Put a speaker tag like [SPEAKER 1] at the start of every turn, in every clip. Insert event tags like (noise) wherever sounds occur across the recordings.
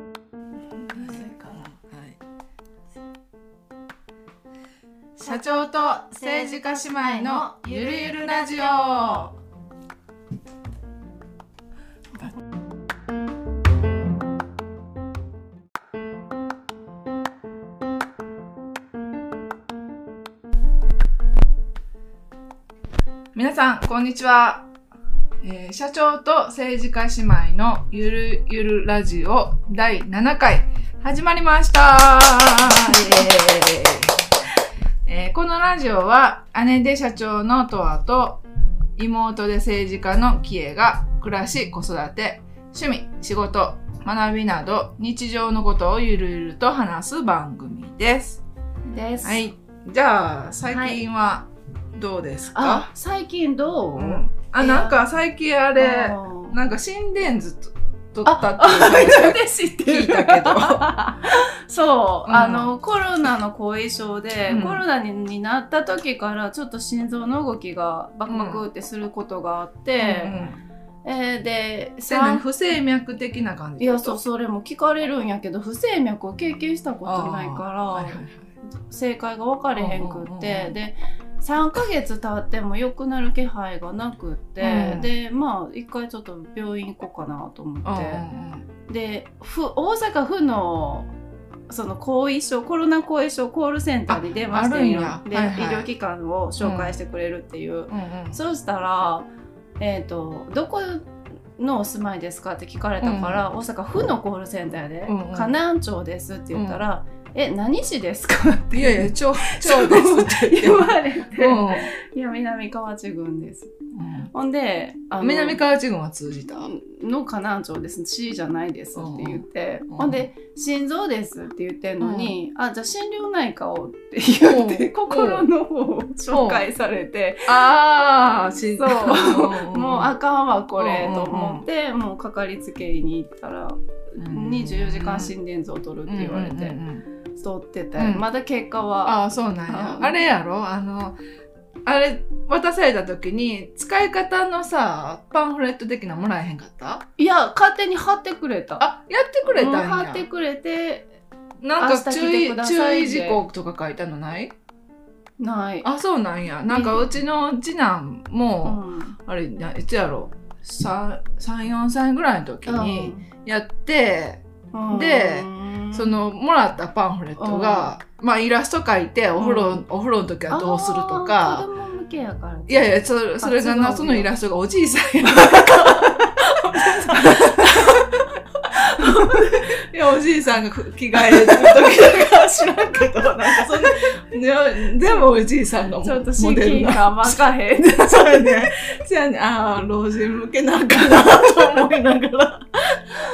[SPEAKER 1] はい、社長と政治家姉妹のゆるゆるラジオ。皆さん、こんにちは。えー社長と政治家姉妹のゆるゆるラジオ第7回始まりましたイエーイえーこのラジオは姉で社長のトアと妹で政治家のキエが暮らし、子育て、趣味、仕事、学びなど日常のことをゆるゆると話す番組です。
[SPEAKER 2] です。
[SPEAKER 1] はい。じゃあ、最近はどうですか、
[SPEAKER 2] あ、最近どう？
[SPEAKER 1] うんあ、なんか最近あ
[SPEAKER 2] あ
[SPEAKER 1] れ、
[SPEAKER 2] ー
[SPEAKER 1] なんか心電図と撮った
[SPEAKER 2] あ
[SPEAKER 1] っ、
[SPEAKER 2] あ
[SPEAKER 1] ていうのを
[SPEAKER 2] 私知ってる
[SPEAKER 1] 聞いたけど。
[SPEAKER 2] (laughs) そう、
[SPEAKER 1] うん
[SPEAKER 2] あのコロナの後遺症で、
[SPEAKER 1] うん
[SPEAKER 2] コロナにになった時からちょっと心臓の動きがバクバクってすることがあって、えーで
[SPEAKER 1] で何
[SPEAKER 2] 三
[SPEAKER 1] 不整脈的な感じ
[SPEAKER 2] いやそうそれも聞かれるんやけど不整脈を経験したことないから、
[SPEAKER 1] はいはいはい
[SPEAKER 2] 正解が分かれへんく
[SPEAKER 1] うんうんうんうん
[SPEAKER 2] って、で3ヶ月経っても良くなる気配がなくって、
[SPEAKER 1] うん
[SPEAKER 2] でまあ一回ちょっと病院行こうかなと思
[SPEAKER 1] うん
[SPEAKER 2] って。でふ大阪府のその後遺症コロナ後遺症コールセンターに電話してみよ
[SPEAKER 1] ああるんや
[SPEAKER 2] うで、
[SPEAKER 1] はいはい
[SPEAKER 2] 医療機関を紹介してくれるっていう、
[SPEAKER 1] うんうんうん
[SPEAKER 2] そうしたら、えーと「どこのお住まいですか?」って聞かれたから、大阪府のコールセンターで「
[SPEAKER 1] うんうん
[SPEAKER 2] 河南町です」って言ったら「え何市ですか?」って
[SPEAKER 1] いやいや、超、超ですって
[SPEAKER 2] 言
[SPEAKER 1] 言っ
[SPEAKER 2] われ
[SPEAKER 1] て。
[SPEAKER 2] て「
[SPEAKER 1] うん
[SPEAKER 2] いや南河内郡です
[SPEAKER 1] うん」
[SPEAKER 2] ほんであの
[SPEAKER 1] 南河内郡は通じた。
[SPEAKER 2] の河南町です市じゃないですって言って、
[SPEAKER 1] うん
[SPEAKER 2] ほんで心臓ですって言ってんのに、あじゃあ心療内科をって言って、
[SPEAKER 1] うん
[SPEAKER 2] 心の方を紹介されて、
[SPEAKER 1] ああ、
[SPEAKER 2] そう
[SPEAKER 1] う
[SPEAKER 2] もうあ、かんわこれ
[SPEAKER 1] うん
[SPEAKER 2] と思って、もうかかりつけ医に行ったら24時間
[SPEAKER 1] っ
[SPEAKER 2] 心電図を取るって言われて、取ってて、
[SPEAKER 1] うん
[SPEAKER 2] まだ結果は
[SPEAKER 1] ああそうなんや
[SPEAKER 2] うん
[SPEAKER 1] あれやろあのあれ渡された時に使い方のさパンフレット的なのもらえへんかった
[SPEAKER 2] いや勝手に貼ってくれた。
[SPEAKER 1] あやってくれたん
[SPEAKER 2] うん
[SPEAKER 1] や
[SPEAKER 2] 貼ってくれて
[SPEAKER 1] なんか
[SPEAKER 2] 明日
[SPEAKER 1] 注
[SPEAKER 2] 来て
[SPEAKER 1] 意
[SPEAKER 2] ください
[SPEAKER 1] 注
[SPEAKER 2] で
[SPEAKER 1] 意事項とか書いたのない
[SPEAKER 2] ない。
[SPEAKER 1] あそうなんやなんか
[SPEAKER 2] うん
[SPEAKER 1] うちの次男
[SPEAKER 2] う
[SPEAKER 1] も、
[SPEAKER 2] ん
[SPEAKER 1] あれないつやろ34歳ぐらいの時にやって、
[SPEAKER 2] うん
[SPEAKER 1] で
[SPEAKER 2] うん
[SPEAKER 1] そのもらったパンフレットが、まあイラスト描いてお風呂、
[SPEAKER 2] うん
[SPEAKER 1] お風呂の時はどうすると
[SPEAKER 2] あー
[SPEAKER 1] か
[SPEAKER 2] 子供向けやから
[SPEAKER 1] いやいや、そそれがな、
[SPEAKER 2] 違うよ
[SPEAKER 1] そのイラストがおじいさんや。 (laughs) いや、おじいさんが着替えてる時とか知らんけど、なんかそんな、いやでもおじいさんがモ
[SPEAKER 2] ちょっと
[SPEAKER 1] モ
[SPEAKER 2] 親
[SPEAKER 1] デル
[SPEAKER 2] 近
[SPEAKER 1] な。
[SPEAKER 2] 感まかへん
[SPEAKER 1] そうやね。そうやね。ああ、老人向けなんかなと思いながら、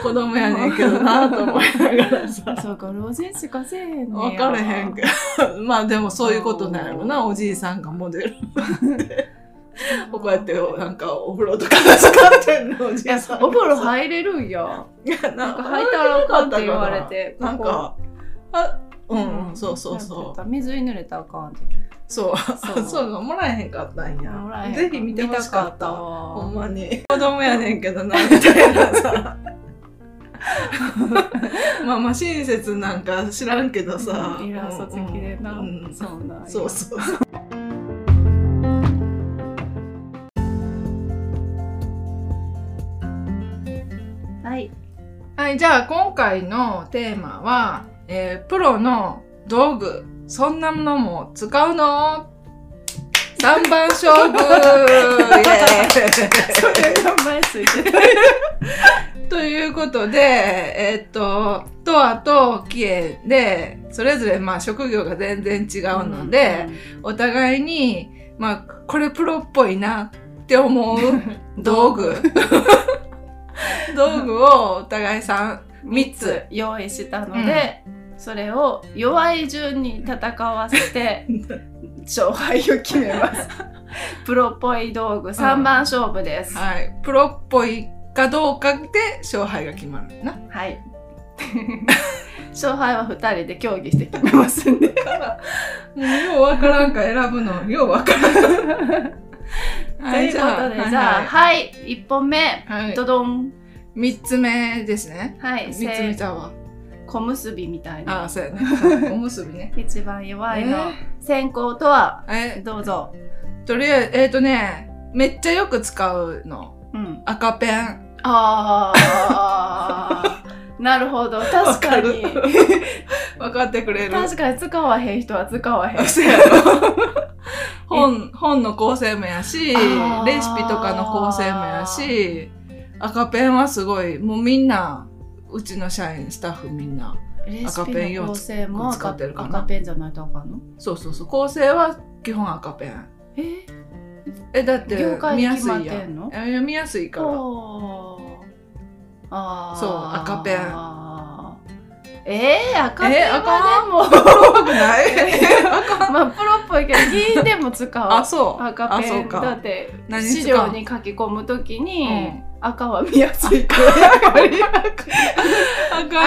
[SPEAKER 1] 子供やねんけどなと思いながらさ。
[SPEAKER 2] (laughs) そうか老人しかせえへんねや
[SPEAKER 1] わかれへんけど。まあでもそういうことなんやろな、おじいさんがモデル。こうやってなんかお風呂とか使ってんのお
[SPEAKER 2] い
[SPEAKER 1] じ
[SPEAKER 2] や
[SPEAKER 1] いさん
[SPEAKER 2] お風呂入れるんや
[SPEAKER 1] いやな
[SPEAKER 2] な
[SPEAKER 1] んんか
[SPEAKER 2] か
[SPEAKER 1] 入
[SPEAKER 2] 入
[SPEAKER 1] っ
[SPEAKER 2] ったた
[SPEAKER 1] ら
[SPEAKER 2] ら
[SPEAKER 1] あか
[SPEAKER 2] あか
[SPEAKER 1] ん
[SPEAKER 2] ん
[SPEAKER 1] っ
[SPEAKER 2] ってて
[SPEAKER 1] 言
[SPEAKER 2] 言
[SPEAKER 1] わ
[SPEAKER 2] わ
[SPEAKER 1] れ
[SPEAKER 2] れ
[SPEAKER 1] て
[SPEAKER 2] て
[SPEAKER 1] なんかあうんうんそうそうそ
[SPEAKER 2] うん水に濡れたらあかんって
[SPEAKER 1] うそう
[SPEAKER 2] そう
[SPEAKER 1] (laughs) そうかもらえへんかったん
[SPEAKER 2] もら
[SPEAKER 1] や
[SPEAKER 2] えへん
[SPEAKER 1] ぜひ見てほしかった
[SPEAKER 2] 見
[SPEAKER 1] わほん
[SPEAKER 2] わ
[SPEAKER 1] まに子供やねんけどなみたいな
[SPEAKER 2] (laughs)
[SPEAKER 1] さまあまあ親切なんか知らんけどさ
[SPEAKER 2] イラスト付きでな、
[SPEAKER 1] うんうん
[SPEAKER 2] そうなんや
[SPEAKER 1] そうそう
[SPEAKER 2] はい
[SPEAKER 1] はい、じゃあ今回のテーマは、えープロの道具、そんなものも使うの三番勝負 (laughs) イエ
[SPEAKER 2] それが前ついてた
[SPEAKER 1] ーイということで、えーっと、とあと、キエで、それぞれまあ職業が全然違うので、、お互いに、まあ、これプロっぽいなって思う道 (laughs) 具。道具をお互いさん、
[SPEAKER 2] 3
[SPEAKER 1] 3
[SPEAKER 2] つ
[SPEAKER 1] つ
[SPEAKER 2] 用意したので、それを弱い順に戦わせて (laughs) 勝敗を決めます (laughs) プロっぽい道具3番勝負です、
[SPEAKER 1] はい、プロっぽいかどうかで勝敗が決まるな。
[SPEAKER 2] はい (laughs) 勝敗は2人で協議して決めます (laughs) んで (laughs)
[SPEAKER 1] ようわからんか選ぶの、ようわからん。
[SPEAKER 2] ということで、じゃあ、はい、一本目、
[SPEAKER 1] はい、
[SPEAKER 2] ドドン。
[SPEAKER 1] 3つ目ですね。
[SPEAKER 2] はい、
[SPEAKER 1] 3つ目
[SPEAKER 2] せ
[SPEAKER 1] だわ。
[SPEAKER 2] 小結びみたい
[SPEAKER 1] ああ、
[SPEAKER 2] な。
[SPEAKER 1] そうやね。おむすび
[SPEAKER 2] (laughs)
[SPEAKER 1] ね。
[SPEAKER 2] 一番弱いの
[SPEAKER 1] え。
[SPEAKER 2] 先行とは、
[SPEAKER 1] え、
[SPEAKER 2] どうぞ。
[SPEAKER 1] とりあえず、えっ、とね、めっちゃよく使うの。
[SPEAKER 2] うん。
[SPEAKER 1] 赤ペン。
[SPEAKER 2] ああ。 (laughs) なるほど。確かに。
[SPEAKER 1] わか (laughs) 分かってくれる。
[SPEAKER 2] 確かに使わへん人は使わへん。
[SPEAKER 1] そうやろ本、本の構成もやし、レシピ
[SPEAKER 2] あー
[SPEAKER 1] とかの構成もやし、赤ペンはすごい、もうみんな、うちの社員、スタッフみんな、
[SPEAKER 2] レシ
[SPEAKER 1] 赤ペン
[SPEAKER 2] ピ
[SPEAKER 1] よ
[SPEAKER 2] の構成も
[SPEAKER 1] 使
[SPEAKER 2] 赤
[SPEAKER 1] ってるかな
[SPEAKER 2] 赤ペンじゃないとあかんの
[SPEAKER 1] そうそうそう、構成は基本赤ペン。
[SPEAKER 2] えー
[SPEAKER 1] え、だって
[SPEAKER 2] 業、界
[SPEAKER 1] 見
[SPEAKER 2] に
[SPEAKER 1] や
[SPEAKER 2] 決
[SPEAKER 1] す
[SPEAKER 2] まっ
[SPEAKER 1] いや
[SPEAKER 2] てんの
[SPEAKER 1] ん。え見やすいから。
[SPEAKER 2] おーあー
[SPEAKER 1] そう赤ペン
[SPEAKER 2] えー、赤ペン
[SPEAKER 1] えー
[SPEAKER 2] はでも、
[SPEAKER 1] 怖くない
[SPEAKER 2] まあ、プロっぽいけど、銀でも使
[SPEAKER 1] あ、
[SPEAKER 2] う。
[SPEAKER 1] そう。
[SPEAKER 2] 赤ペ
[SPEAKER 1] あ、そう
[SPEAKER 2] ン。だ
[SPEAKER 1] か
[SPEAKER 2] っ。て、
[SPEAKER 1] 何
[SPEAKER 2] 資
[SPEAKER 1] 使
[SPEAKER 2] 料
[SPEAKER 1] う
[SPEAKER 2] に書き込むとき
[SPEAKER 1] う
[SPEAKER 2] に、
[SPEAKER 1] ん
[SPEAKER 2] 赤
[SPEAKER 1] (laughs)
[SPEAKER 2] は見やすいから。あと、
[SPEAKER 1] 赤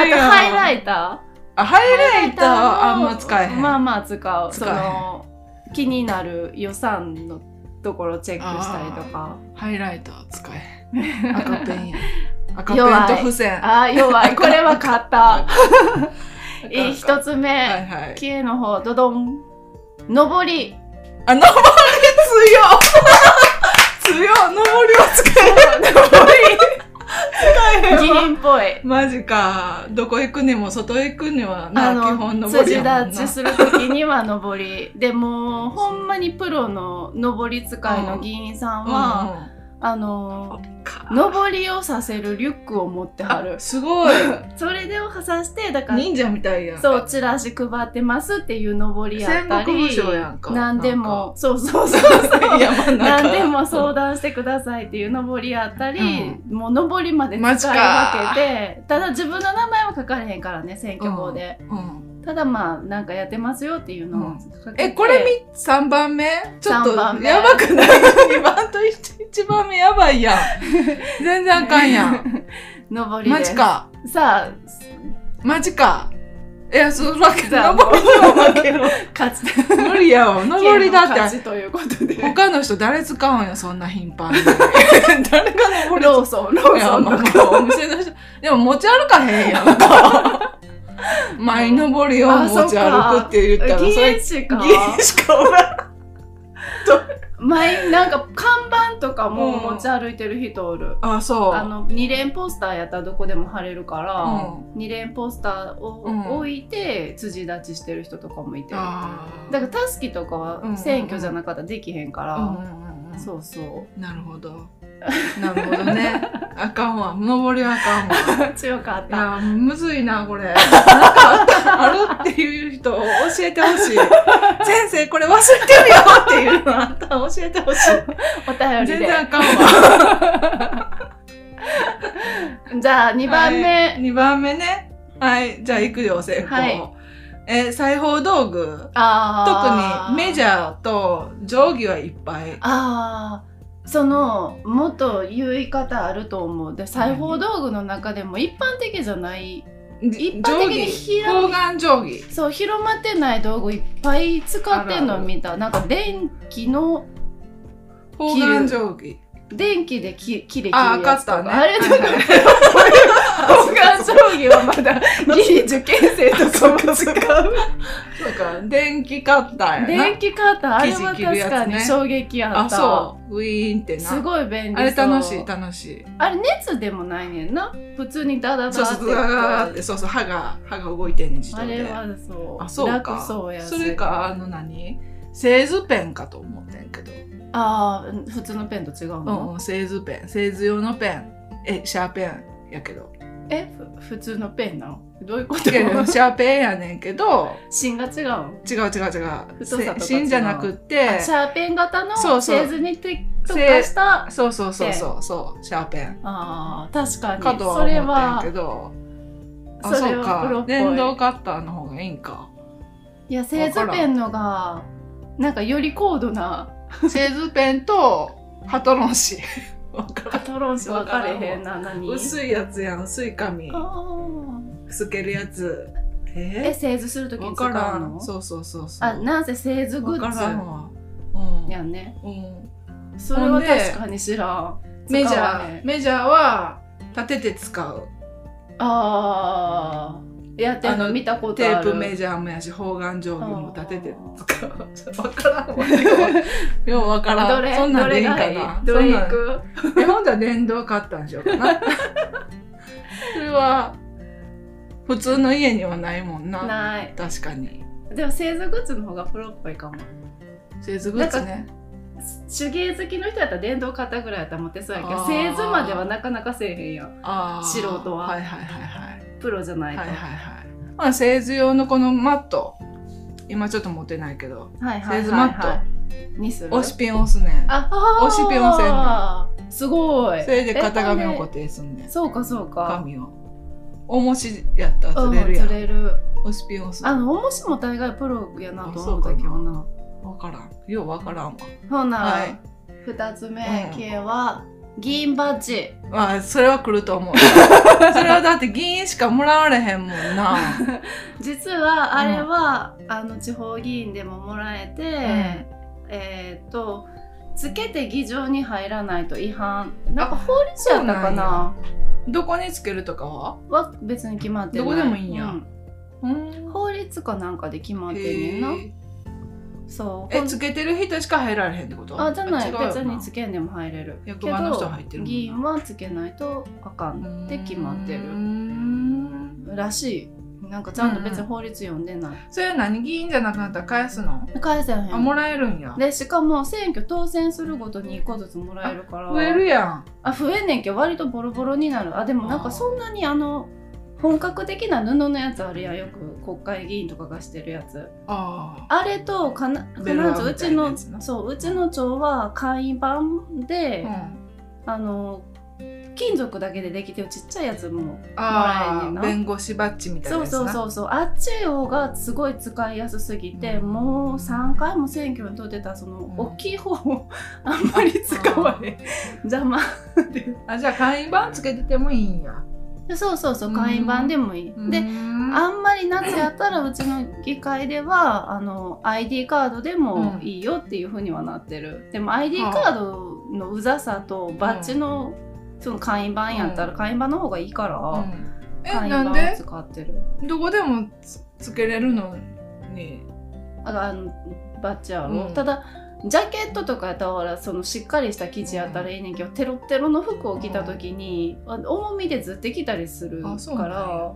[SPEAKER 1] いやん
[SPEAKER 2] ハイライター
[SPEAKER 1] あ、ハイライター
[SPEAKER 2] も
[SPEAKER 1] はあんま使えへん。
[SPEAKER 2] まあまあ使う。
[SPEAKER 1] 使
[SPEAKER 2] そ
[SPEAKER 1] えへん
[SPEAKER 2] の、気になる予算のところチェックしたりとか。
[SPEAKER 1] ハイライター使えへ
[SPEAKER 2] (laughs)
[SPEAKER 1] ん。赤ペンや。赤ペンと付箋。
[SPEAKER 2] あー弱い。これは
[SPEAKER 1] (laughs)
[SPEAKER 2] 買った。え
[SPEAKER 1] は
[SPEAKER 2] 一つ目、
[SPEAKER 1] いはい。
[SPEAKER 2] キエの方ドドン上り
[SPEAKER 1] あ、登り (laughs) 強っ強っ登りは使えへんわ。
[SPEAKER 2] 銀っぽい
[SPEAKER 1] マジか。どこ行くにも外行くにはな、
[SPEAKER 2] あ
[SPEAKER 1] 基本
[SPEAKER 2] の
[SPEAKER 1] 登り
[SPEAKER 2] 辻
[SPEAKER 1] やもん
[SPEAKER 2] 立
[SPEAKER 1] な
[SPEAKER 2] ち。する時には上りでもうほんまにプロの上り使いの議員さんは、あの
[SPEAKER 1] うんうん
[SPEAKER 2] 上りをさせるリュックを持っては
[SPEAKER 1] あ
[SPEAKER 2] る
[SPEAKER 1] すごい。
[SPEAKER 2] それでをさしてだから
[SPEAKER 1] 忍者みたいやん。
[SPEAKER 2] そうチラシ配ってますっていう上りやった
[SPEAKER 1] 戦国武
[SPEAKER 2] り
[SPEAKER 1] 将やんか
[SPEAKER 2] 何で
[SPEAKER 1] なん
[SPEAKER 2] もそうそう
[SPEAKER 1] (laughs)
[SPEAKER 2] そうそう
[SPEAKER 1] (laughs) 山の中。
[SPEAKER 2] 何でも相談してくださいっていう登りあったり、もう登りまで使い分けてただ自分の名前は書かれへんからね選挙法で、
[SPEAKER 1] うん。
[SPEAKER 2] ただまあなんかやってますよっていうのを書けて
[SPEAKER 1] え、これみ、3番目ちょっと、
[SPEAKER 2] 三番目
[SPEAKER 1] やばくない (laughs) ?2 番と1番目やばいやん。全然あかんや
[SPEAKER 2] (laughs)
[SPEAKER 1] ん。
[SPEAKER 2] 登りで
[SPEAKER 1] マジか。
[SPEAKER 2] さあ
[SPEAKER 1] マジか。いや、そ (laughs) のわけ、
[SPEAKER 2] じゃあ
[SPEAKER 1] 登りにも負ける。
[SPEAKER 2] 勝ち
[SPEAKER 1] 無理やわ。登りだっ
[SPEAKER 2] 勝
[SPEAKER 1] て、
[SPEAKER 2] ちということで
[SPEAKER 1] 他の人誰使うんや、そんな頻
[SPEAKER 2] (laughs)
[SPEAKER 1] 繁に。誰が登る
[SPEAKER 2] ローソンロ
[SPEAKER 1] い
[SPEAKER 2] ー
[SPEAKER 1] や、
[SPEAKER 2] ソン
[SPEAKER 1] も
[SPEAKER 2] の
[SPEAKER 1] う、お店の人。でも持ち歩かへんやん
[SPEAKER 2] (laughs)
[SPEAKER 1] か。前登りを持ち歩くって言ったら、そ
[SPEAKER 2] 議員
[SPEAKER 1] れ、
[SPEAKER 2] しか
[SPEAKER 1] 議員しかおらん。
[SPEAKER 2] 前なんか看板とかも持ち歩いてる人おる、
[SPEAKER 1] あ、そう。
[SPEAKER 2] あの2連ポスターやったらどこでも貼れるから、
[SPEAKER 1] う
[SPEAKER 2] 2連ポスターを
[SPEAKER 1] うん
[SPEAKER 2] 置いて辻立ちしてる人とかもいてる、
[SPEAKER 1] あー
[SPEAKER 2] だからタスキとか
[SPEAKER 1] うん
[SPEAKER 2] は選挙じゃなかったらできへんから、
[SPEAKER 1] うんうんうんうん
[SPEAKER 2] そうそう
[SPEAKER 1] なるほど。なるほどね。あかんわ。登りはあかんわ。
[SPEAKER 2] 強かっ
[SPEAKER 1] い
[SPEAKER 2] た
[SPEAKER 1] やー、むずいな、これ。なんか、あるっていう人を教えてほしい。先生、これ忘れてるよっていうのあんた教えてほしい。
[SPEAKER 2] お便
[SPEAKER 1] 全
[SPEAKER 2] り
[SPEAKER 1] 然あ
[SPEAKER 2] で
[SPEAKER 1] かんわ。
[SPEAKER 2] じゃあ2番
[SPEAKER 1] はい
[SPEAKER 2] 目、
[SPEAKER 1] 二番目ね。はい。じゃあ、行くよ、成功。
[SPEAKER 2] はい
[SPEAKER 1] え、裁縫道具。
[SPEAKER 2] あ
[SPEAKER 1] 特にメジャーと定規はいっぱい。
[SPEAKER 2] あーそのもっと言い方あると思うで裁縫道具の中でも一般的じゃない一般的に
[SPEAKER 1] 定規
[SPEAKER 2] 広
[SPEAKER 1] 方眼定規。
[SPEAKER 2] そう広まってない道具いっぱい使ってん
[SPEAKER 1] あ
[SPEAKER 2] の
[SPEAKER 1] るある
[SPEAKER 2] 見たなんか電気の
[SPEAKER 1] 方眼定規。
[SPEAKER 2] 電気でき切れ切る
[SPEAKER 1] あ、
[SPEAKER 2] や
[SPEAKER 1] 赤
[SPEAKER 2] つ
[SPEAKER 1] っ
[SPEAKER 2] とか
[SPEAKER 1] たね。
[SPEAKER 2] あれと
[SPEAKER 1] (laughs)
[SPEAKER 2] か
[SPEAKER 1] はいはい
[SPEAKER 2] 交換将棋はま
[SPEAKER 1] (laughs)
[SPEAKER 2] だギリ受験生とかも使
[SPEAKER 1] そう
[SPEAKER 2] う
[SPEAKER 1] か、電気カッターやな。
[SPEAKER 2] 電気カーターあれは確かに衝撃や
[SPEAKER 1] あ、
[SPEAKER 2] った
[SPEAKER 1] そう。ウィーンってな。
[SPEAKER 2] すごい便利
[SPEAKER 1] あれ
[SPEAKER 2] そう
[SPEAKER 1] 楽しい、楽しい。
[SPEAKER 2] あれ熱でもないねんな普通にダダダ
[SPEAKER 1] そう
[SPEAKER 2] ダ
[SPEAKER 1] そう、ガガガガって、そうそう、歯が、歯が動いてんねん、自動
[SPEAKER 2] あれ
[SPEAKER 1] で。
[SPEAKER 2] はそう
[SPEAKER 1] あ、そうか。
[SPEAKER 2] 楽そうやし
[SPEAKER 1] それか、あの何製図ペンかと思ってんけど。
[SPEAKER 2] ああ普通のペンと違
[SPEAKER 1] う
[SPEAKER 2] う
[SPEAKER 1] んう
[SPEAKER 2] の、
[SPEAKER 1] ん、製図ペン。製図用のペン。え、シャーペンやけ
[SPEAKER 2] (laughs)
[SPEAKER 1] ど。
[SPEAKER 2] えふ普通のペンなのどういうこ
[SPEAKER 1] い
[SPEAKER 2] と
[SPEAKER 1] やいやシャーペンやねんけど、
[SPEAKER 2] 芯が違うの
[SPEAKER 1] 違う違う違う。
[SPEAKER 2] 太さとか違う
[SPEAKER 1] せ芯じゃなくって
[SPEAKER 2] あ、シャーペン型
[SPEAKER 1] そう
[SPEAKER 2] の
[SPEAKER 1] そう
[SPEAKER 2] 製図に特化した
[SPEAKER 1] そうそうそうそう、そう、シャーペン。
[SPEAKER 2] あー確か
[SPEAKER 1] か
[SPEAKER 2] に
[SPEAKER 1] とは
[SPEAKER 2] それ
[SPEAKER 1] 思ってん
[SPEAKER 2] は
[SPEAKER 1] けど。あ、
[SPEAKER 2] それ
[SPEAKER 1] そう
[SPEAKER 2] はプロ
[SPEAKER 1] か
[SPEAKER 2] っ。ぽい
[SPEAKER 1] 電動カッターの方がいいんか。
[SPEAKER 2] いや製図ペンのがなんかより高度な
[SPEAKER 1] 製図ペンとハトロン紙。わから
[SPEAKER 2] パトロン紙分かれへんな何
[SPEAKER 1] ん (laughs) 薄いやつやん、薄い紙
[SPEAKER 2] あ。ー
[SPEAKER 1] 透けるやつ。
[SPEAKER 2] え
[SPEAKER 1] え
[SPEAKER 2] 製図するとき
[SPEAKER 1] わ
[SPEAKER 2] に
[SPEAKER 1] か
[SPEAKER 2] 使
[SPEAKER 1] ら
[SPEAKER 2] うの
[SPEAKER 1] ん。そうそうそうそう。
[SPEAKER 2] あなんせ製図グ
[SPEAKER 1] わからん
[SPEAKER 2] ッ
[SPEAKER 1] わ。
[SPEAKER 2] ズ
[SPEAKER 1] うん。
[SPEAKER 2] やんね
[SPEAKER 1] うん。
[SPEAKER 2] それは確かに知らん。
[SPEAKER 1] メジ
[SPEAKER 2] 使
[SPEAKER 1] ャ
[SPEAKER 2] わ
[SPEAKER 1] ー
[SPEAKER 2] ね
[SPEAKER 1] メジャーは立てて使う
[SPEAKER 2] ああ。やってる
[SPEAKER 1] あ
[SPEAKER 2] の
[SPEAKER 1] の
[SPEAKER 2] 見たことある。
[SPEAKER 1] テープメ
[SPEAKER 2] ジ
[SPEAKER 1] ジャーもやし方眼定規も立てて使うちょっと (laughs) わからんわようわからん
[SPEAKER 2] どれ
[SPEAKER 1] そんな
[SPEAKER 2] ど
[SPEAKER 1] んでい
[SPEAKER 2] れ
[SPEAKER 1] いんか
[SPEAKER 2] がいい
[SPEAKER 1] な
[SPEAKER 2] どれ
[SPEAKER 1] そん
[SPEAKER 2] 行
[SPEAKER 1] なん
[SPEAKER 2] く
[SPEAKER 1] えほんとは電動買ったんしようかな (laughs) それは普通の家にはないもんな
[SPEAKER 2] ない。
[SPEAKER 1] 確かに
[SPEAKER 2] でも製造グッズの方がプロっぽいかも。
[SPEAKER 1] 製図グッズね
[SPEAKER 2] 手芸好きの人やったら電動買ったぐらいやったら持ってそうやけ
[SPEAKER 1] あ
[SPEAKER 2] ど
[SPEAKER 1] ー
[SPEAKER 2] 製図まではなかなかせえへんやん
[SPEAKER 1] あー
[SPEAKER 2] 素人は
[SPEAKER 1] はいはいはいはい
[SPEAKER 2] プロじゃないと
[SPEAKER 1] はいはいはいまあ製図用のこのマット今ちょっと持ってないけど
[SPEAKER 2] はい
[SPEAKER 1] 製図マット
[SPEAKER 2] トにする
[SPEAKER 1] 押しピン押すねん
[SPEAKER 2] ああー
[SPEAKER 1] 押しピン押せん
[SPEAKER 2] すごい
[SPEAKER 1] それで型紙を
[SPEAKER 2] え
[SPEAKER 1] 固定すんねん
[SPEAKER 2] そうかそうか
[SPEAKER 1] 紙を重しやったら
[SPEAKER 2] うん
[SPEAKER 1] 釣れるやん
[SPEAKER 2] 釣れる
[SPEAKER 1] 押しピン押す
[SPEAKER 2] あの重しも大概プロやなと思う
[SPEAKER 1] あそうか
[SPEAKER 2] た
[SPEAKER 1] な
[SPEAKER 2] けどな
[SPEAKER 1] わからんようわからんわ
[SPEAKER 2] ほな
[SPEAKER 1] はい
[SPEAKER 2] 二つ
[SPEAKER 1] う
[SPEAKER 2] 目
[SPEAKER 1] ん
[SPEAKER 2] 系は銀バッジ
[SPEAKER 1] まあそれは来ると
[SPEAKER 2] (laughs)
[SPEAKER 1] 思うそれはだって議員しかもらわれへんもんな、
[SPEAKER 2] 実はあれはあの地方議員でももらえてえーっとつけて議場に入らないと違反なんか法律やったか
[SPEAKER 1] そうな
[SPEAKER 2] な
[SPEAKER 1] どこにつけるとかは
[SPEAKER 2] は別に決まってない
[SPEAKER 1] どこでもいいんや
[SPEAKER 2] うん
[SPEAKER 1] うん
[SPEAKER 2] 法律かなんかで決まってんねんな
[SPEAKER 1] え
[SPEAKER 2] そう
[SPEAKER 1] えつけてる人しか入られへんってこと
[SPEAKER 2] あじゃない別につ
[SPEAKER 1] け
[SPEAKER 2] けんでも入れる
[SPEAKER 1] 役場の人は入ってるもんな
[SPEAKER 2] 議員はつけないとあかんって決まってるらしいなんかちゃんと別に法律読んでない、
[SPEAKER 1] それ何議員じゃなくなったら返すの
[SPEAKER 2] 返せへん
[SPEAKER 1] あもらえるんや
[SPEAKER 2] でしかも選挙当選するごとに1個ずつもらえるから
[SPEAKER 1] 増えるやん
[SPEAKER 2] あ増えんねんけど割とボロボロになるあでもなん
[SPEAKER 1] あー
[SPEAKER 2] かそんなにあの本格的な布のやつあるやんよく国会議員とかがしてるやつ
[SPEAKER 1] ああ
[SPEAKER 2] あれとかな必
[SPEAKER 1] ベロア
[SPEAKER 2] ずう
[SPEAKER 1] みた
[SPEAKER 2] ち
[SPEAKER 1] いな
[SPEAKER 2] の
[SPEAKER 1] やつな
[SPEAKER 2] そううちの町は簡易版で、
[SPEAKER 1] うん
[SPEAKER 2] あの金属だけでできてるちっちゃいやつももらえん
[SPEAKER 1] あ
[SPEAKER 2] ねん
[SPEAKER 1] あ
[SPEAKER 2] な
[SPEAKER 1] 弁護士バッジみたいな
[SPEAKER 2] そ
[SPEAKER 1] やつ
[SPEAKER 2] う
[SPEAKER 1] な
[SPEAKER 2] そうそうそうあっちをがすごい使いやすすぎて、
[SPEAKER 1] うん
[SPEAKER 2] もう3回も選挙に取ってたその、
[SPEAKER 1] ん
[SPEAKER 2] 大きい方を (laughs) あんまり使わへん邪魔
[SPEAKER 1] あじゃあ会員版つけててもいいんや
[SPEAKER 2] でそうそうそううん会員版でもいい、
[SPEAKER 1] う
[SPEAKER 2] で
[SPEAKER 1] ん
[SPEAKER 2] あんまり夏やったらうちの議会ではあの ID カードでもいいよっていうふうにはなってる、でも ID カードのうざさとバッジの、その会員版やったら会員版の方がいいから、
[SPEAKER 1] うんえ
[SPEAKER 2] 会員
[SPEAKER 1] なん
[SPEAKER 2] 版を
[SPEAKER 1] で
[SPEAKER 2] 使ってる
[SPEAKER 1] どこでもつつけれるのに
[SPEAKER 2] あのあのバッジやろ、
[SPEAKER 1] うん
[SPEAKER 2] ただジャケットとかやったらほらそのしっかりした生地やったらいいねんけど、テロッテロの服を着た時に、あ重みでずってきたりする
[SPEAKER 1] あそう
[SPEAKER 2] か
[SPEAKER 1] なんや
[SPEAKER 2] ら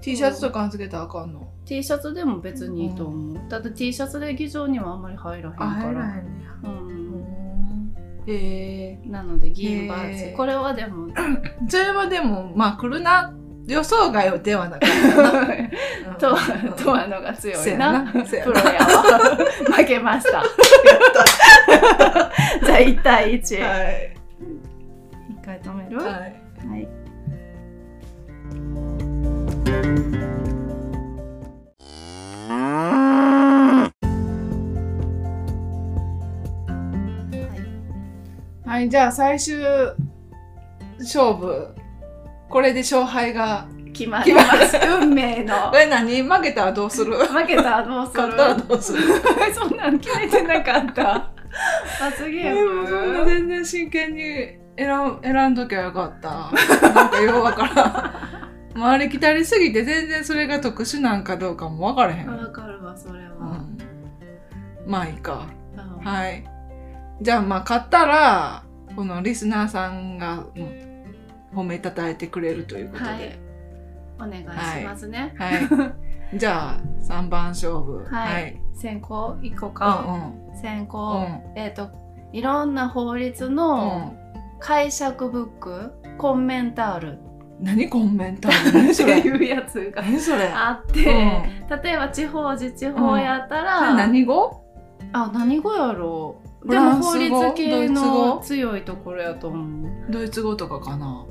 [SPEAKER 1] T シャツとかつけたらあかんの
[SPEAKER 2] T シャツでも別にいいと思う、ただ T シャツで議場にはあんまり入らへんか
[SPEAKER 1] あ入ら
[SPEAKER 2] ら、
[SPEAKER 1] へんねや
[SPEAKER 2] うん、
[SPEAKER 1] へえ
[SPEAKER 2] なので議員バッ
[SPEAKER 1] へ
[SPEAKER 2] ジ
[SPEAKER 1] ー
[SPEAKER 2] これは
[SPEAKER 1] (laughs)
[SPEAKER 2] でも
[SPEAKER 1] それはでもまあ来るな予想外ではなかっ
[SPEAKER 2] (laughs) と
[SPEAKER 1] た
[SPEAKER 2] と
[SPEAKER 1] うん
[SPEAKER 2] はのが強
[SPEAKER 1] せ
[SPEAKER 2] い
[SPEAKER 1] や
[SPEAKER 2] な
[SPEAKER 1] なせや
[SPEAKER 2] プロ
[SPEAKER 1] な (laughs)
[SPEAKER 2] やわ負けました (laughs) じゃあ1対1、
[SPEAKER 1] はい
[SPEAKER 2] 一回止める、
[SPEAKER 1] はい
[SPEAKER 2] はい。
[SPEAKER 1] はいじゃあ最終勝負これで勝敗が
[SPEAKER 2] 決まります。 (laughs) 運命の
[SPEAKER 1] (laughs) こ。れ何負けたらどうする
[SPEAKER 2] 負けたらどうする
[SPEAKER 1] 勝ったらどうする
[SPEAKER 2] (laughs) そんなん決めてなかった。 (laughs) 罰ゲ
[SPEAKER 1] で
[SPEAKER 2] ー
[SPEAKER 1] もそんな
[SPEAKER 2] ム
[SPEAKER 1] 全然真剣に選ん選んどきゃよかったなんかようわからん回りきたりすぎて全然それが特殊なんかどうかも分からへん、
[SPEAKER 2] わかるわ、それ
[SPEAKER 1] う
[SPEAKER 2] は。
[SPEAKER 1] ん、まあいいか
[SPEAKER 2] うん
[SPEAKER 1] はいじゃあまあ買ったらこのリスナーさんがうん褒めたたえてくれるということで
[SPEAKER 2] お願いしますね。
[SPEAKER 1] はい、じゃあ3番勝負
[SPEAKER 2] はい先行行こう
[SPEAKER 1] はい、う
[SPEAKER 2] か。
[SPEAKER 1] ん
[SPEAKER 2] 先
[SPEAKER 1] うん
[SPEAKER 2] 行。えっと、いろんな法律の
[SPEAKER 1] うん
[SPEAKER 2] 解釈ブック、コンメンタール
[SPEAKER 1] うん何コンメント何
[SPEAKER 2] って
[SPEAKER 1] そ (laughs) れ
[SPEAKER 2] いうやつが
[SPEAKER 1] 何それ
[SPEAKER 2] あって、例えば地方自治法やった
[SPEAKER 1] それ
[SPEAKER 2] ら、
[SPEAKER 1] 何語
[SPEAKER 2] あ何語やろう
[SPEAKER 1] フ
[SPEAKER 2] で
[SPEAKER 1] ラ
[SPEAKER 2] も
[SPEAKER 1] ンス
[SPEAKER 2] 法
[SPEAKER 1] 語
[SPEAKER 2] 律系
[SPEAKER 1] ドイツ
[SPEAKER 2] の
[SPEAKER 1] 語
[SPEAKER 2] 強いところやと思う
[SPEAKER 1] ドイツ語とかかな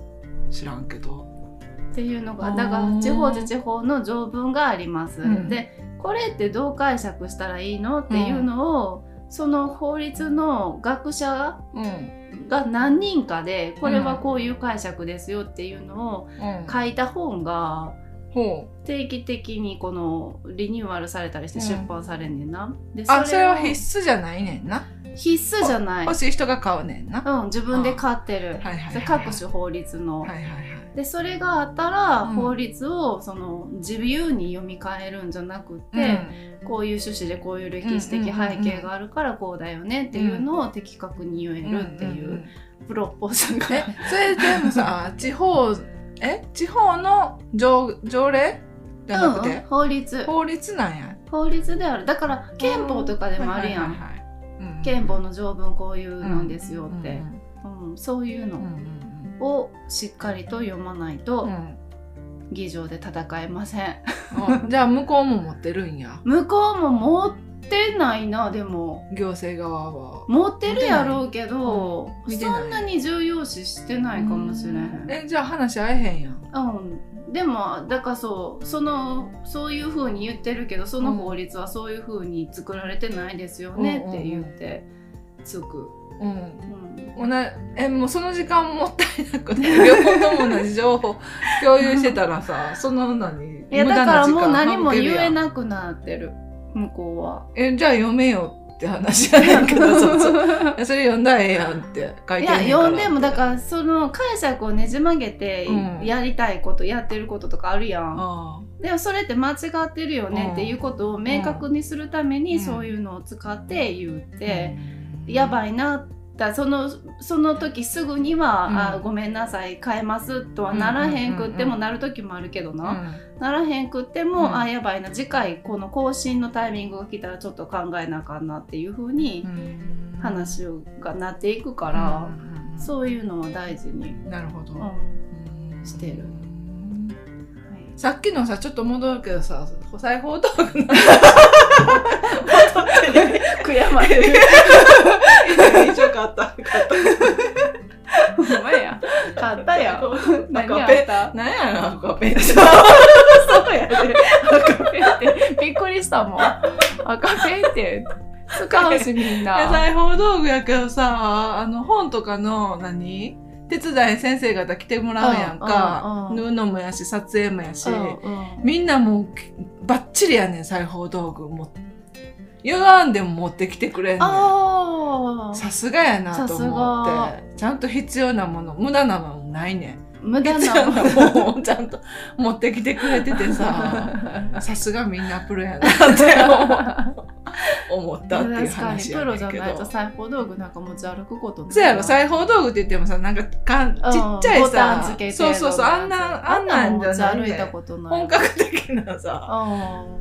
[SPEAKER 1] 知らんけど
[SPEAKER 2] っていうの
[SPEAKER 1] あ
[SPEAKER 2] が
[SPEAKER 1] ー
[SPEAKER 2] だから地方自治法の条文があります、
[SPEAKER 1] うん
[SPEAKER 2] でこれってどう解釈したらいいのっていうのを、その法律の学者
[SPEAKER 1] うん
[SPEAKER 2] が何人かでこれはこういう解釈ですよっていうのを
[SPEAKER 1] うん
[SPEAKER 2] 書いた本が
[SPEAKER 1] ほう
[SPEAKER 2] 定期的にこのリニューアルされたりして出版されんねんな。で
[SPEAKER 1] あそれ
[SPEAKER 2] を
[SPEAKER 1] は必須じゃないねんな
[SPEAKER 2] 必須じゃない
[SPEAKER 1] 欲しい人が買うねんな。
[SPEAKER 2] うん、自分で買ってる、
[SPEAKER 1] はいはい
[SPEAKER 2] そ
[SPEAKER 1] はい。
[SPEAKER 2] れ各種法律の、
[SPEAKER 1] はいはいはい。
[SPEAKER 2] でそれがあったら、
[SPEAKER 1] うん
[SPEAKER 2] 法律をその自由に読み替えるんじゃなく
[SPEAKER 1] うん
[SPEAKER 2] て、こういう趣旨でこういう歴史的背景があるからこうだよねっていうのを的確に言えるってい
[SPEAKER 1] んん
[SPEAKER 2] うんプロポーズが、
[SPEAKER 1] えそれでもさ
[SPEAKER 2] (laughs)
[SPEAKER 1] 地方え地方の条条例じゃなく
[SPEAKER 2] うん
[SPEAKER 1] て、
[SPEAKER 2] 法律
[SPEAKER 1] 法律なんや
[SPEAKER 2] 法律であるだから憲法とかでもあるや
[SPEAKER 1] は
[SPEAKER 2] ん、
[SPEAKER 1] いはいはいはいうん
[SPEAKER 2] 憲法の条文こういうなんですよって、
[SPEAKER 1] うん
[SPEAKER 2] うんそういう
[SPEAKER 1] うんう
[SPEAKER 2] の
[SPEAKER 1] ん
[SPEAKER 2] をしっかりと読まない
[SPEAKER 1] うん
[SPEAKER 2] と
[SPEAKER 1] うん
[SPEAKER 2] 議場で戦えません
[SPEAKER 1] あじゃあ向こうも持ってるんや
[SPEAKER 2] 向こうも持ってないなでも
[SPEAKER 1] 行政側は
[SPEAKER 2] 持ってるやろうけど、
[SPEAKER 1] 見てないうん見てない
[SPEAKER 2] そんなに重要視してないかもしれへん
[SPEAKER 1] えじゃあ話合えへんやん
[SPEAKER 2] うん、でもだからそうそのそういうふうに言ってるけどその法律はそういうふうに作られてないですよね
[SPEAKER 1] うん
[SPEAKER 2] って言ってつく、
[SPEAKER 1] うん
[SPEAKER 2] うん
[SPEAKER 1] おなえもうその時間もったいなくね (laughs) 両方とも同じ情報共有してたらさその何
[SPEAKER 2] いやだからもう何も
[SPEAKER 1] 省け
[SPEAKER 2] 言
[SPEAKER 1] るやん
[SPEAKER 2] えなくなってる向こうは。
[SPEAKER 1] えじゃあ読めよって話やねんけ
[SPEAKER 2] (laughs)
[SPEAKER 1] どそうそう (laughs) いやそれ読んだらええやんって書い
[SPEAKER 2] い
[SPEAKER 1] てん
[SPEAKER 2] や
[SPEAKER 1] ねん
[SPEAKER 2] 読んでもだ
[SPEAKER 1] ら
[SPEAKER 2] からその解釈をねじ曲げて
[SPEAKER 1] うん
[SPEAKER 2] やりたいこと、やってることとかあるやん、
[SPEAKER 1] あ
[SPEAKER 2] でもそれって間違ってるよ
[SPEAKER 1] うん
[SPEAKER 2] ねっていうことを明確にするために
[SPEAKER 1] うん
[SPEAKER 2] そういうのを使って言っ
[SPEAKER 1] あ
[SPEAKER 2] て。やば
[SPEAKER 1] い
[SPEAKER 2] いなだそのその時すぐには、
[SPEAKER 1] うん
[SPEAKER 2] あごめんなさい変えますとはならへんくっ
[SPEAKER 1] うんうん
[SPEAKER 2] ても、
[SPEAKER 1] うんうん
[SPEAKER 2] なる時もあるけど
[SPEAKER 1] う
[SPEAKER 2] な、
[SPEAKER 1] ん
[SPEAKER 2] ならへんくっても、
[SPEAKER 1] うん
[SPEAKER 2] あやばいな次回この更新のタイミングが来たらちょっと考えなあかんなっていう風
[SPEAKER 1] う
[SPEAKER 2] に
[SPEAKER 1] ん
[SPEAKER 2] 話がなっていくか
[SPEAKER 1] う
[SPEAKER 2] ら、
[SPEAKER 1] んうん
[SPEAKER 2] そういうのを大事に、
[SPEAKER 1] なるほど、
[SPEAKER 2] うん
[SPEAKER 1] うん
[SPEAKER 2] して
[SPEAKER 1] う
[SPEAKER 2] る
[SPEAKER 1] ん
[SPEAKER 2] はい (laughs)
[SPEAKER 1] さっきのさちょっと戻るけどさ裁縫道具の
[SPEAKER 2] 悔やま
[SPEAKER 1] (laughs)
[SPEAKER 2] れる
[SPEAKER 1] 印象があった
[SPEAKER 2] ほんまや買ったや
[SPEAKER 1] なん
[SPEAKER 2] 何
[SPEAKER 1] か
[SPEAKER 2] や
[SPEAKER 1] ペ
[SPEAKER 2] った
[SPEAKER 1] なんやろ赤ペン
[SPEAKER 2] そうやで。赤ペンって、びっくりしたもん。赤ペンって、 (laughs) 使うしみん
[SPEAKER 1] 野
[SPEAKER 2] な。
[SPEAKER 1] 菜報道具やけどさあの本とかの何手伝い先生方来てもらうやんか、
[SPEAKER 2] うんう
[SPEAKER 1] 縫
[SPEAKER 2] ん
[SPEAKER 1] うのもやし撮影もやし、
[SPEAKER 2] うんうん
[SPEAKER 1] みんなもうきバッチリやねん裁縫道具もゆがんでも持ってきてくれんねん
[SPEAKER 2] ああ。
[SPEAKER 1] さすがやなと思
[SPEAKER 2] さ
[SPEAKER 1] ってちゃんと必要なもの無駄なものないねん
[SPEAKER 2] 無駄
[SPEAKER 1] 必
[SPEAKER 2] な
[SPEAKER 1] 要
[SPEAKER 2] も。
[SPEAKER 1] なんものをちゃんと持ってきてくれててさ
[SPEAKER 2] (laughs)
[SPEAKER 1] さすがみんなプロやなって思思ったっていう
[SPEAKER 2] 確かに
[SPEAKER 1] 話
[SPEAKER 2] プ
[SPEAKER 1] やね
[SPEAKER 2] ロ
[SPEAKER 1] ん
[SPEAKER 2] じゃ
[SPEAKER 1] け
[SPEAKER 2] ないと
[SPEAKER 1] ど。
[SPEAKER 2] 裁縫道具なんか持ち歩くことない
[SPEAKER 1] そうやろ裁縫道具って言ってもさなんかかんちっちゃい
[SPEAKER 2] ボタン
[SPEAKER 1] さ、
[SPEAKER 2] 付け
[SPEAKER 1] そうそうそうあんなあんなんじ
[SPEAKER 2] 持
[SPEAKER 1] ゃ
[SPEAKER 2] ち
[SPEAKER 1] ない
[SPEAKER 2] 歩い
[SPEAKER 1] ね
[SPEAKER 2] た
[SPEAKER 1] ん
[SPEAKER 2] ことない
[SPEAKER 1] 本格的なさ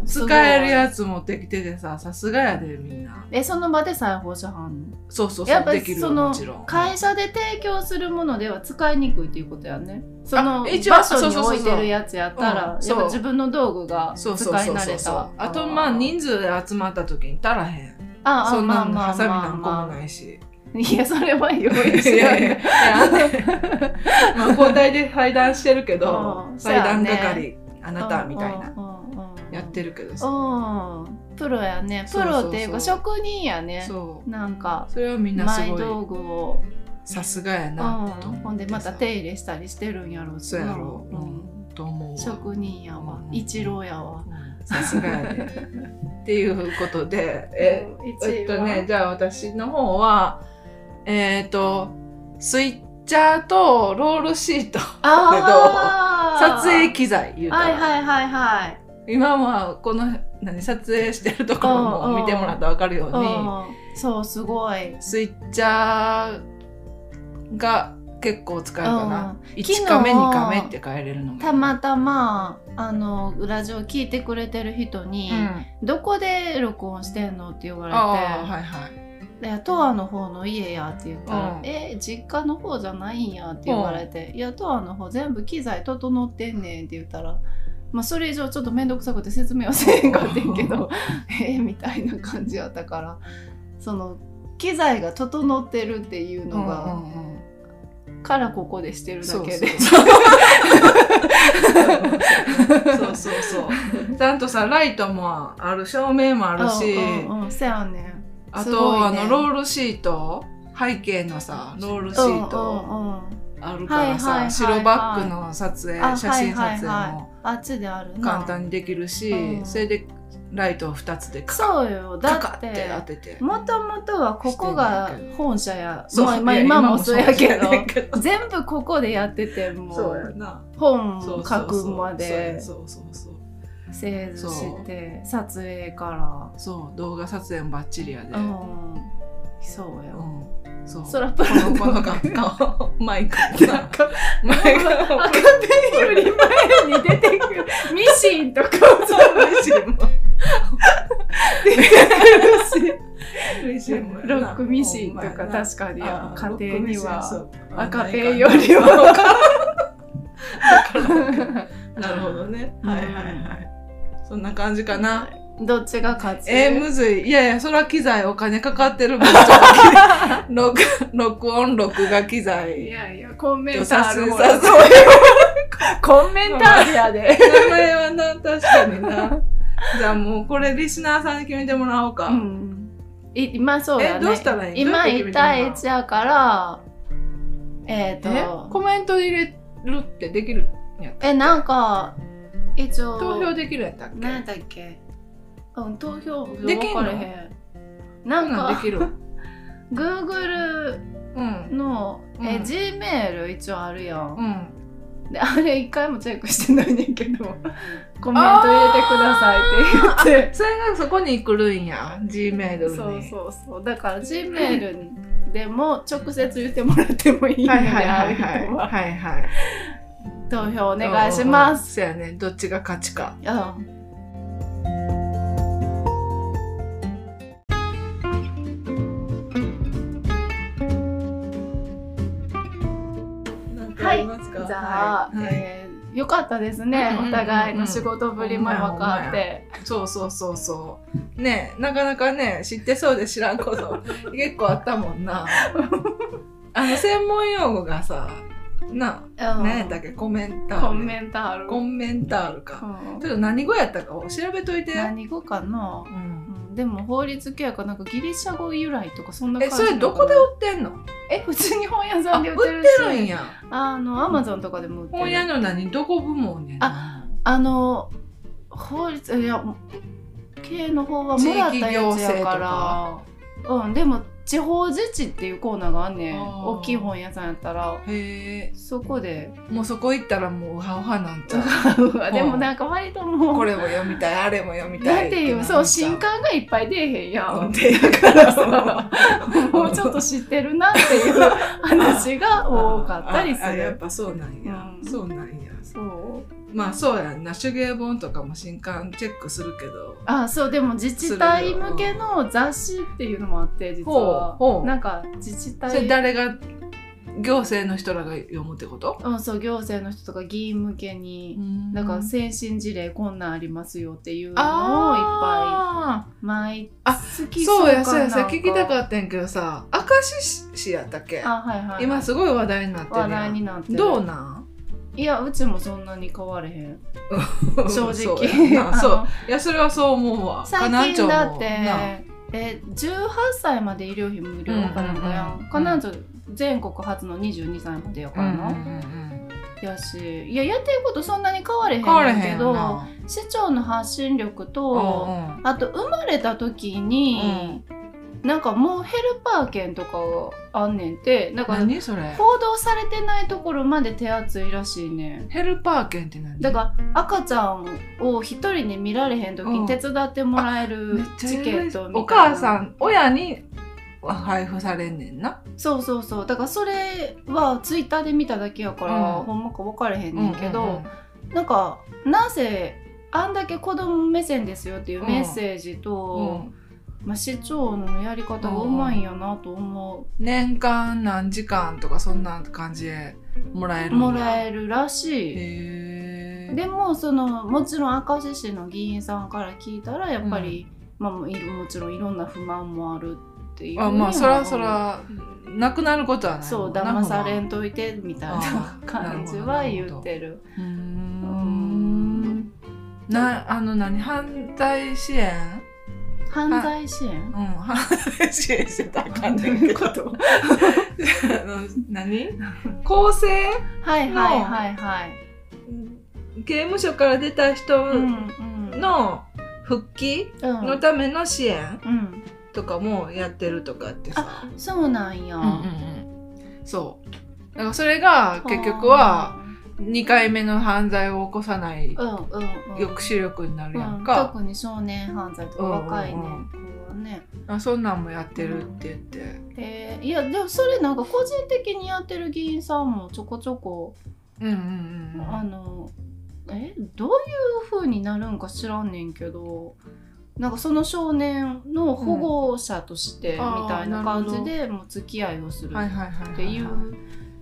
[SPEAKER 2] うんすごい
[SPEAKER 1] 使えるやつ持ってきててささすがやでみんな
[SPEAKER 2] えその場で裁縫しはんの
[SPEAKER 1] そうそうそ
[SPEAKER 2] やっ
[SPEAKER 1] う
[SPEAKER 2] ぱ
[SPEAKER 1] で
[SPEAKER 2] り
[SPEAKER 1] きる
[SPEAKER 2] そ
[SPEAKER 1] よ
[SPEAKER 2] の
[SPEAKER 1] もちろん
[SPEAKER 2] 会社で提供するものでは使いにくいっていうことやねそ
[SPEAKER 1] あ
[SPEAKER 2] の場
[SPEAKER 1] 一応
[SPEAKER 2] 所に
[SPEAKER 1] そうそうそうそう
[SPEAKER 2] 置いてるやつやったら
[SPEAKER 1] うん
[SPEAKER 2] や
[SPEAKER 1] そ
[SPEAKER 2] っ
[SPEAKER 1] う
[SPEAKER 2] ぱ自分の道具が使
[SPEAKER 1] そ
[SPEAKER 2] いう
[SPEAKER 1] そうそう
[SPEAKER 2] 慣
[SPEAKER 1] そ
[SPEAKER 2] れ
[SPEAKER 1] うそ
[SPEAKER 2] た
[SPEAKER 1] うあとまあ人数で集まった時に足らへん
[SPEAKER 2] ああ
[SPEAKER 1] そんな
[SPEAKER 2] あ
[SPEAKER 1] ん
[SPEAKER 2] まあ
[SPEAKER 1] ハサミ
[SPEAKER 2] まあ
[SPEAKER 1] なん
[SPEAKER 2] ま
[SPEAKER 1] か
[SPEAKER 2] あ
[SPEAKER 1] もないし
[SPEAKER 2] いやそれは用意
[SPEAKER 1] い
[SPEAKER 2] しな
[SPEAKER 1] や
[SPEAKER 2] い
[SPEAKER 1] い (laughs) やいやあんねまあ交代で裁断してるけど
[SPEAKER 2] うん
[SPEAKER 1] 裁断
[SPEAKER 2] そうや
[SPEAKER 1] 係あなたみたいな
[SPEAKER 2] な
[SPEAKER 1] やってるけどさ
[SPEAKER 2] うんプロやね
[SPEAKER 1] そ
[SPEAKER 2] プ
[SPEAKER 1] うそうそう
[SPEAKER 2] ロっていうか職人やね
[SPEAKER 1] そう
[SPEAKER 2] なんか
[SPEAKER 1] それはみんなす
[SPEAKER 2] 前
[SPEAKER 1] ごい
[SPEAKER 2] 道具を
[SPEAKER 1] さすがや
[SPEAKER 2] うん
[SPEAKER 1] なと思ってさ
[SPEAKER 2] ほんでまた手入れしたりしてるんやろし
[SPEAKER 1] そうやろう、
[SPEAKER 2] う
[SPEAKER 1] うんん、と思うわ
[SPEAKER 2] 職人やわ
[SPEAKER 1] うん
[SPEAKER 2] 一郎やわ
[SPEAKER 1] うんさすがや
[SPEAKER 2] (laughs)
[SPEAKER 1] でっていうことでえ
[SPEAKER 2] 一郎
[SPEAKER 1] えっとねじゃあ私の方はえっ、とスイッチャーとロールシート
[SPEAKER 2] あー
[SPEAKER 1] 撮影機材言うたら
[SPEAKER 2] はいはいはいはい
[SPEAKER 1] 今はこの何撮影してるところも見てもらったら分かるように
[SPEAKER 2] うんそうすごい
[SPEAKER 1] スイッチャーが結構使えるかな1
[SPEAKER 2] 昨日
[SPEAKER 1] カメ2カメって変えれるのが
[SPEAKER 2] たまたまあのラジオ聞いてくれてる人に
[SPEAKER 1] うん、
[SPEAKER 2] 「どこで録音してんの?」って言われて
[SPEAKER 1] ああはいはい
[SPEAKER 2] 「で「トアの方の家や」って言ったら
[SPEAKER 1] う
[SPEAKER 2] 「
[SPEAKER 1] ん
[SPEAKER 2] え実家の方じゃないんや」って言われて「いやトアの方全部機材整ってんねん」って言ったら。まあ、それ以上ちょっと面倒くさくて説明はせえへんかってんけどえーみたいな感じやったからその機材が整ってるっていうのが、
[SPEAKER 1] うんうんうん
[SPEAKER 2] からここでしてるだけ (laughs) で
[SPEAKER 1] そうそうそうそうちゃんとさライトもある照明もあるし、
[SPEAKER 2] うんうんうん、せやねん
[SPEAKER 1] あ
[SPEAKER 2] すご
[SPEAKER 1] と、
[SPEAKER 2] いね
[SPEAKER 1] あのロールシート背景のさロールシー
[SPEAKER 2] うん
[SPEAKER 1] ト
[SPEAKER 2] うんうん
[SPEAKER 1] あるから
[SPEAKER 2] はいはいはいは
[SPEAKER 1] さ
[SPEAKER 2] い
[SPEAKER 1] 白バックの撮影
[SPEAKER 2] あ
[SPEAKER 1] 写真撮
[SPEAKER 2] はいはい
[SPEAKER 1] 影
[SPEAKER 2] は
[SPEAKER 1] も
[SPEAKER 2] あっちであるな
[SPEAKER 1] 簡単にできるし、
[SPEAKER 2] うん
[SPEAKER 1] それでライトを2つでカカ
[SPEAKER 2] そうよだ
[SPEAKER 1] カカ
[SPEAKER 2] っ
[SPEAKER 1] ってて当てて
[SPEAKER 2] もともとはここが本社や
[SPEAKER 1] そう
[SPEAKER 2] まあまあ
[SPEAKER 1] いや
[SPEAKER 2] 今もそうやけど
[SPEAKER 1] 今もそうやけど
[SPEAKER 2] (laughs) 全部ここでやってても
[SPEAKER 1] そうや
[SPEAKER 2] う
[SPEAKER 1] な
[SPEAKER 2] 本
[SPEAKER 1] そうそう
[SPEAKER 2] 書
[SPEAKER 1] そう
[SPEAKER 2] くまで
[SPEAKER 1] そうそうそう
[SPEAKER 2] 製図して撮影か
[SPEAKER 1] そう動画撮影もバッチリやで
[SPEAKER 2] らうんそう
[SPEAKER 1] う
[SPEAKER 2] よ
[SPEAKER 1] んそう
[SPEAKER 2] そらプラン
[SPEAKER 1] こ (laughs) の
[SPEAKER 2] が
[SPEAKER 1] 学科
[SPEAKER 2] (laughs)
[SPEAKER 1] マイク
[SPEAKER 2] なんか
[SPEAKER 1] マイク
[SPEAKER 2] 赤ペンより前に出てくるミシンとか
[SPEAKER 1] ミシンも
[SPEAKER 2] ロックミシンとか確かに
[SPEAKER 1] あー
[SPEAKER 2] 家庭
[SPEAKER 1] ロックミ
[SPEAKER 2] には
[SPEAKER 1] シンそう
[SPEAKER 2] 赤ペンよりは
[SPEAKER 1] なるほどね
[SPEAKER 2] うん
[SPEAKER 1] はいはいはいそんな感じかな
[SPEAKER 2] どっちが勝つ
[SPEAKER 1] えー、むずいいやいやそら機材お金かかってるもんちょっと録 (laughs) 録音録画機
[SPEAKER 2] い
[SPEAKER 1] 材
[SPEAKER 2] やいや、コメン
[SPEAKER 1] 良
[SPEAKER 2] タ
[SPEAKER 1] さ
[SPEAKER 2] ー
[SPEAKER 1] そ
[SPEAKER 2] ル
[SPEAKER 1] う
[SPEAKER 2] も
[SPEAKER 1] さそう
[SPEAKER 2] コメンタールやで。
[SPEAKER 1] (laughs) 名前はな確かになじゃあもうこれリスナーさんに決めてもらおうか、
[SPEAKER 2] うん。い今そうだね。
[SPEAKER 1] えどうしたらいい
[SPEAKER 2] 今
[SPEAKER 1] どうやって決め
[SPEAKER 2] 1
[SPEAKER 1] てもらう
[SPEAKER 2] 対1やから、えっ、
[SPEAKER 1] え
[SPEAKER 2] と、
[SPEAKER 1] コメント入れるってできる
[SPEAKER 2] え、なんか、一応、
[SPEAKER 1] 投票できるやったっけ
[SPEAKER 2] 何やったっけうん、投票
[SPEAKER 1] できんの
[SPEAKER 2] 分かれへん。な
[SPEAKER 1] そん
[SPEAKER 2] ん
[SPEAKER 1] なんで
[SPEAKER 2] か、
[SPEAKER 1] きる
[SPEAKER 2] Google
[SPEAKER 1] うん
[SPEAKER 2] の、え、
[SPEAKER 1] うん
[SPEAKER 2] Gmail 一応あるやん。
[SPEAKER 1] うん
[SPEAKER 2] で、あれ一回もチェックしてないねんけ
[SPEAKER 1] (laughs)
[SPEAKER 2] ど、コメント入れてくださいって言って。
[SPEAKER 1] それがそこに来るんや G メイドに
[SPEAKER 2] そうそうそうだから G メールでも直接言ってもらってもいいので
[SPEAKER 1] はいはいはいは
[SPEAKER 2] ああい
[SPEAKER 1] いう
[SPEAKER 2] のは
[SPEAKER 1] はいはい
[SPEAKER 2] 投票お願いします。
[SPEAKER 1] そうやねどっちが勝ちか
[SPEAKER 2] うんかあり
[SPEAKER 1] ます
[SPEAKER 2] じゃあ、えーよかったですね、
[SPEAKER 1] うんうんうんうん
[SPEAKER 2] お互いの仕事ぶりも分かって、
[SPEAKER 1] そうそうそうそうねえなかなかね知ってそうで知らんこと結構あったもんなあの専門用語がさな
[SPEAKER 2] う
[SPEAKER 1] 何やったっ
[SPEAKER 2] ん
[SPEAKER 1] けコメンタール
[SPEAKER 2] コメンタール、
[SPEAKER 1] コメンタールか、
[SPEAKER 2] うん
[SPEAKER 1] ちょっと何語やったかを調べといて、
[SPEAKER 2] 何語かな
[SPEAKER 1] う、ん
[SPEAKER 2] うんでも法律系やからなんかギリシャ語由来とかそんな感
[SPEAKER 1] え
[SPEAKER 2] じ
[SPEAKER 1] それどこで売ってんの
[SPEAKER 2] え普通に本屋さ
[SPEAKER 1] あ
[SPEAKER 2] ん
[SPEAKER 1] 売
[SPEAKER 2] で
[SPEAKER 1] っ
[SPEAKER 2] 売
[SPEAKER 1] て
[SPEAKER 2] ってるし
[SPEAKER 1] るんや
[SPEAKER 2] あのアマゾンとかでも売ってる
[SPEAKER 1] 本屋の何どこ部門ねんな
[SPEAKER 2] あの法律いや系の方はもらったやつやからうんでも地方自治っていうコーナーがあんねん
[SPEAKER 1] あー
[SPEAKER 2] 大きい本屋さんやったら
[SPEAKER 1] へえ
[SPEAKER 2] そ
[SPEAKER 1] (laughs)
[SPEAKER 2] こで
[SPEAKER 1] もうそこ行ったらもうウハウハなんちゃう
[SPEAKER 2] でもなんか割ともう
[SPEAKER 1] これも読みたいあれも読み
[SPEAKER 2] な
[SPEAKER 1] た
[SPEAKER 2] ん
[SPEAKER 1] い
[SPEAKER 2] ていう
[SPEAKER 1] っ
[SPEAKER 2] そう
[SPEAKER 1] なっちゃ
[SPEAKER 2] 新刊がいっぱい出えへんや
[SPEAKER 1] うん (laughs)
[SPEAKER 2] ん
[SPEAKER 1] だ
[SPEAKER 2] だ
[SPEAKER 1] か
[SPEAKER 2] から
[SPEAKER 1] ら
[SPEAKER 2] さ
[SPEAKER 1] さ
[SPEAKER 2] もうちょっと知ってるなっていう話が多かったりす
[SPEAKER 1] ああやっ
[SPEAKER 2] る
[SPEAKER 1] ぱそうなんや、
[SPEAKER 2] うん
[SPEAKER 1] そうなんや
[SPEAKER 2] そう
[SPEAKER 1] まあそうやんな手芸本とかも新刊チェックするけど
[SPEAKER 2] あそうでも自治体向けの雑誌っていうのもあって実は
[SPEAKER 1] ほうほう
[SPEAKER 2] なんか自治
[SPEAKER 1] それ
[SPEAKER 2] 体
[SPEAKER 1] 誰が行政の人らが読むってこと
[SPEAKER 2] うん、そう行政の人とか議員向けに、なんか先進事例こんなんありますよっていうのをいっぱ
[SPEAKER 1] あ
[SPEAKER 2] い毎
[SPEAKER 1] あ
[SPEAKER 2] 月
[SPEAKER 1] そうやそうやそうや聞きた
[SPEAKER 2] っ
[SPEAKER 1] かったんやけどさ明石市やったっけ
[SPEAKER 2] あはいはい
[SPEAKER 1] 今すごい話題になってるや
[SPEAKER 2] 話
[SPEAKER 1] ん
[SPEAKER 2] 題になってる
[SPEAKER 1] どうなん
[SPEAKER 2] いやうちもそんなに変われへん正
[SPEAKER 1] (laughs) そ
[SPEAKER 2] 直
[SPEAKER 1] うやん
[SPEAKER 2] あの
[SPEAKER 1] な
[SPEAKER 2] (laughs)
[SPEAKER 1] そういやそれはそう思うわ
[SPEAKER 2] 最
[SPEAKER 1] 河南
[SPEAKER 2] 近
[SPEAKER 1] 町
[SPEAKER 2] だ
[SPEAKER 1] も
[SPEAKER 2] っ
[SPEAKER 1] な
[SPEAKER 2] てえ18歳まで医療費無料かなんかや
[SPEAKER 1] うんうんうん
[SPEAKER 2] ん、かなんと全国初の22歳までやか
[SPEAKER 1] う
[SPEAKER 2] ら
[SPEAKER 1] んうん
[SPEAKER 2] な、
[SPEAKER 1] うん
[SPEAKER 2] やしいややってることそんなに変われへ
[SPEAKER 1] うんん変われ
[SPEAKER 2] ね
[SPEAKER 1] へ
[SPEAKER 2] ん
[SPEAKER 1] ん
[SPEAKER 2] け
[SPEAKER 1] やん
[SPEAKER 2] ど
[SPEAKER 1] な
[SPEAKER 2] 市長の発信力と、
[SPEAKER 1] うんうん
[SPEAKER 2] あと生まれた時に、なんかもうヘルパー券とかあんねんてだから
[SPEAKER 1] 何それ
[SPEAKER 2] 報道されてないところまで手厚いらしいねん
[SPEAKER 1] ヘルパー券って何
[SPEAKER 2] だから赤ちゃんを一人に見られへん時
[SPEAKER 1] うん
[SPEAKER 2] に手伝ってもらえる
[SPEAKER 1] めっちゃ
[SPEAKER 2] チケットみた
[SPEAKER 1] お
[SPEAKER 2] いな、
[SPEAKER 1] 母さ
[SPEAKER 2] ん
[SPEAKER 1] ん親には配布されんねんな
[SPEAKER 2] そうそうそうだからそれはツイッターで見ただけやから、
[SPEAKER 1] うん
[SPEAKER 2] ほんまか分かれへんねんけど、なんかなぜあんだけ子供目線ですよっていうメッセー
[SPEAKER 1] う
[SPEAKER 2] ジ
[SPEAKER 1] んうんう
[SPEAKER 2] と、
[SPEAKER 1] ん
[SPEAKER 2] まあ、市長のやり方がうまいんやなと思う。
[SPEAKER 1] 年間何時間とかそんな感じでもらえるんや
[SPEAKER 2] もらえるらしい。
[SPEAKER 1] へえ
[SPEAKER 2] でもそのもちろん明石市の議員さんから聞いたらやっぱり、まあもういるもちろんいろんな不満もあるっていう
[SPEAKER 1] あまあ
[SPEAKER 2] ふう
[SPEAKER 1] そ
[SPEAKER 2] には
[SPEAKER 1] らそらなくなることはない
[SPEAKER 2] そう
[SPEAKER 1] もんな
[SPEAKER 2] 騙され
[SPEAKER 1] ほ
[SPEAKER 2] んといてみたい
[SPEAKER 1] あ
[SPEAKER 2] な
[SPEAKER 1] ー
[SPEAKER 2] 感じは言ってる。
[SPEAKER 1] らうー
[SPEAKER 2] うんん
[SPEAKER 1] なあの何反対支援
[SPEAKER 2] 犯罪支援
[SPEAKER 1] うん反対支援してたらあかん
[SPEAKER 2] どう
[SPEAKER 1] ねん
[SPEAKER 2] い
[SPEAKER 1] け
[SPEAKER 2] う
[SPEAKER 1] ど (laughs)
[SPEAKER 2] こ
[SPEAKER 1] あ
[SPEAKER 2] と
[SPEAKER 1] の (laughs) 何公正
[SPEAKER 2] はいはいはいはい。
[SPEAKER 1] 刑務所から出た人
[SPEAKER 2] うんうん
[SPEAKER 1] の、復帰
[SPEAKER 2] うん
[SPEAKER 1] のための支援
[SPEAKER 2] うん、
[SPEAKER 1] とかもやってるとかってさ、
[SPEAKER 2] そうなんや、
[SPEAKER 1] うんうんうん、そうだからそれが結局は2回目の犯罪を起こさない
[SPEAKER 2] うんうんうん
[SPEAKER 1] 抑止力になるやん
[SPEAKER 2] うん、
[SPEAKER 1] か、
[SPEAKER 2] 特に少年犯罪とか若いね、子はね
[SPEAKER 1] あそんなんもやってるって言って、
[SPEAKER 2] えーいやでもそれなんか個人的にやってる議員さんもちょこちょこ
[SPEAKER 1] うんうんうんうん
[SPEAKER 2] あのえどういう風になるんか知らんねんけどなんかその少年の保護者としてみ
[SPEAKER 1] うん
[SPEAKER 2] たいな
[SPEAKER 1] あー
[SPEAKER 2] 感じでもう付き合いをする
[SPEAKER 1] はいはいはいはいはい
[SPEAKER 2] っていう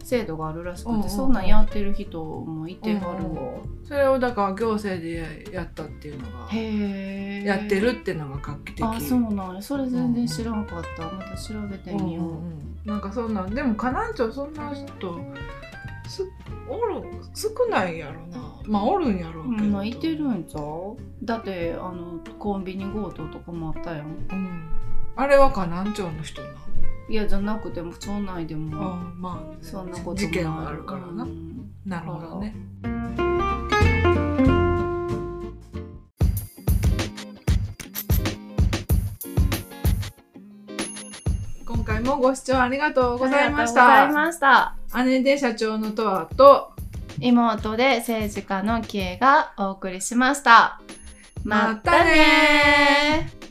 [SPEAKER 2] 制度があるら
[SPEAKER 1] う
[SPEAKER 2] し
[SPEAKER 1] ん
[SPEAKER 2] く
[SPEAKER 1] うんう
[SPEAKER 2] て
[SPEAKER 1] ん
[SPEAKER 2] そんなんやってる人もいてはる
[SPEAKER 1] うんう
[SPEAKER 2] わ
[SPEAKER 1] それをだから行政でやったっていうのが
[SPEAKER 2] へえ
[SPEAKER 1] やってるっていうのが画期的
[SPEAKER 2] あそうなんやそれ全然知らんかったまた調べて
[SPEAKER 1] うん
[SPEAKER 2] みよう
[SPEAKER 1] うんうんなんかそんなんでも河南町そんな人すおる少ないやろなまあおるんやろうけど、
[SPEAKER 2] まあいてるんちゃうだってあのコンビニ強盗とかもあったやん
[SPEAKER 1] うんあれは河南町の人な、
[SPEAKER 2] いやじゃなくても町内で
[SPEAKER 1] あ
[SPEAKER 2] も
[SPEAKER 1] あまあ
[SPEAKER 2] そんなことも
[SPEAKER 1] 事件はあるからな、
[SPEAKER 2] うん
[SPEAKER 1] なるほどね今回もご視聴ありがとうございまし
[SPEAKER 2] ありがとうござ
[SPEAKER 1] た
[SPEAKER 2] いました
[SPEAKER 1] 姉で社長のとわと
[SPEAKER 2] 妹で政治家のキエがお送りしました
[SPEAKER 1] またね
[SPEAKER 2] ー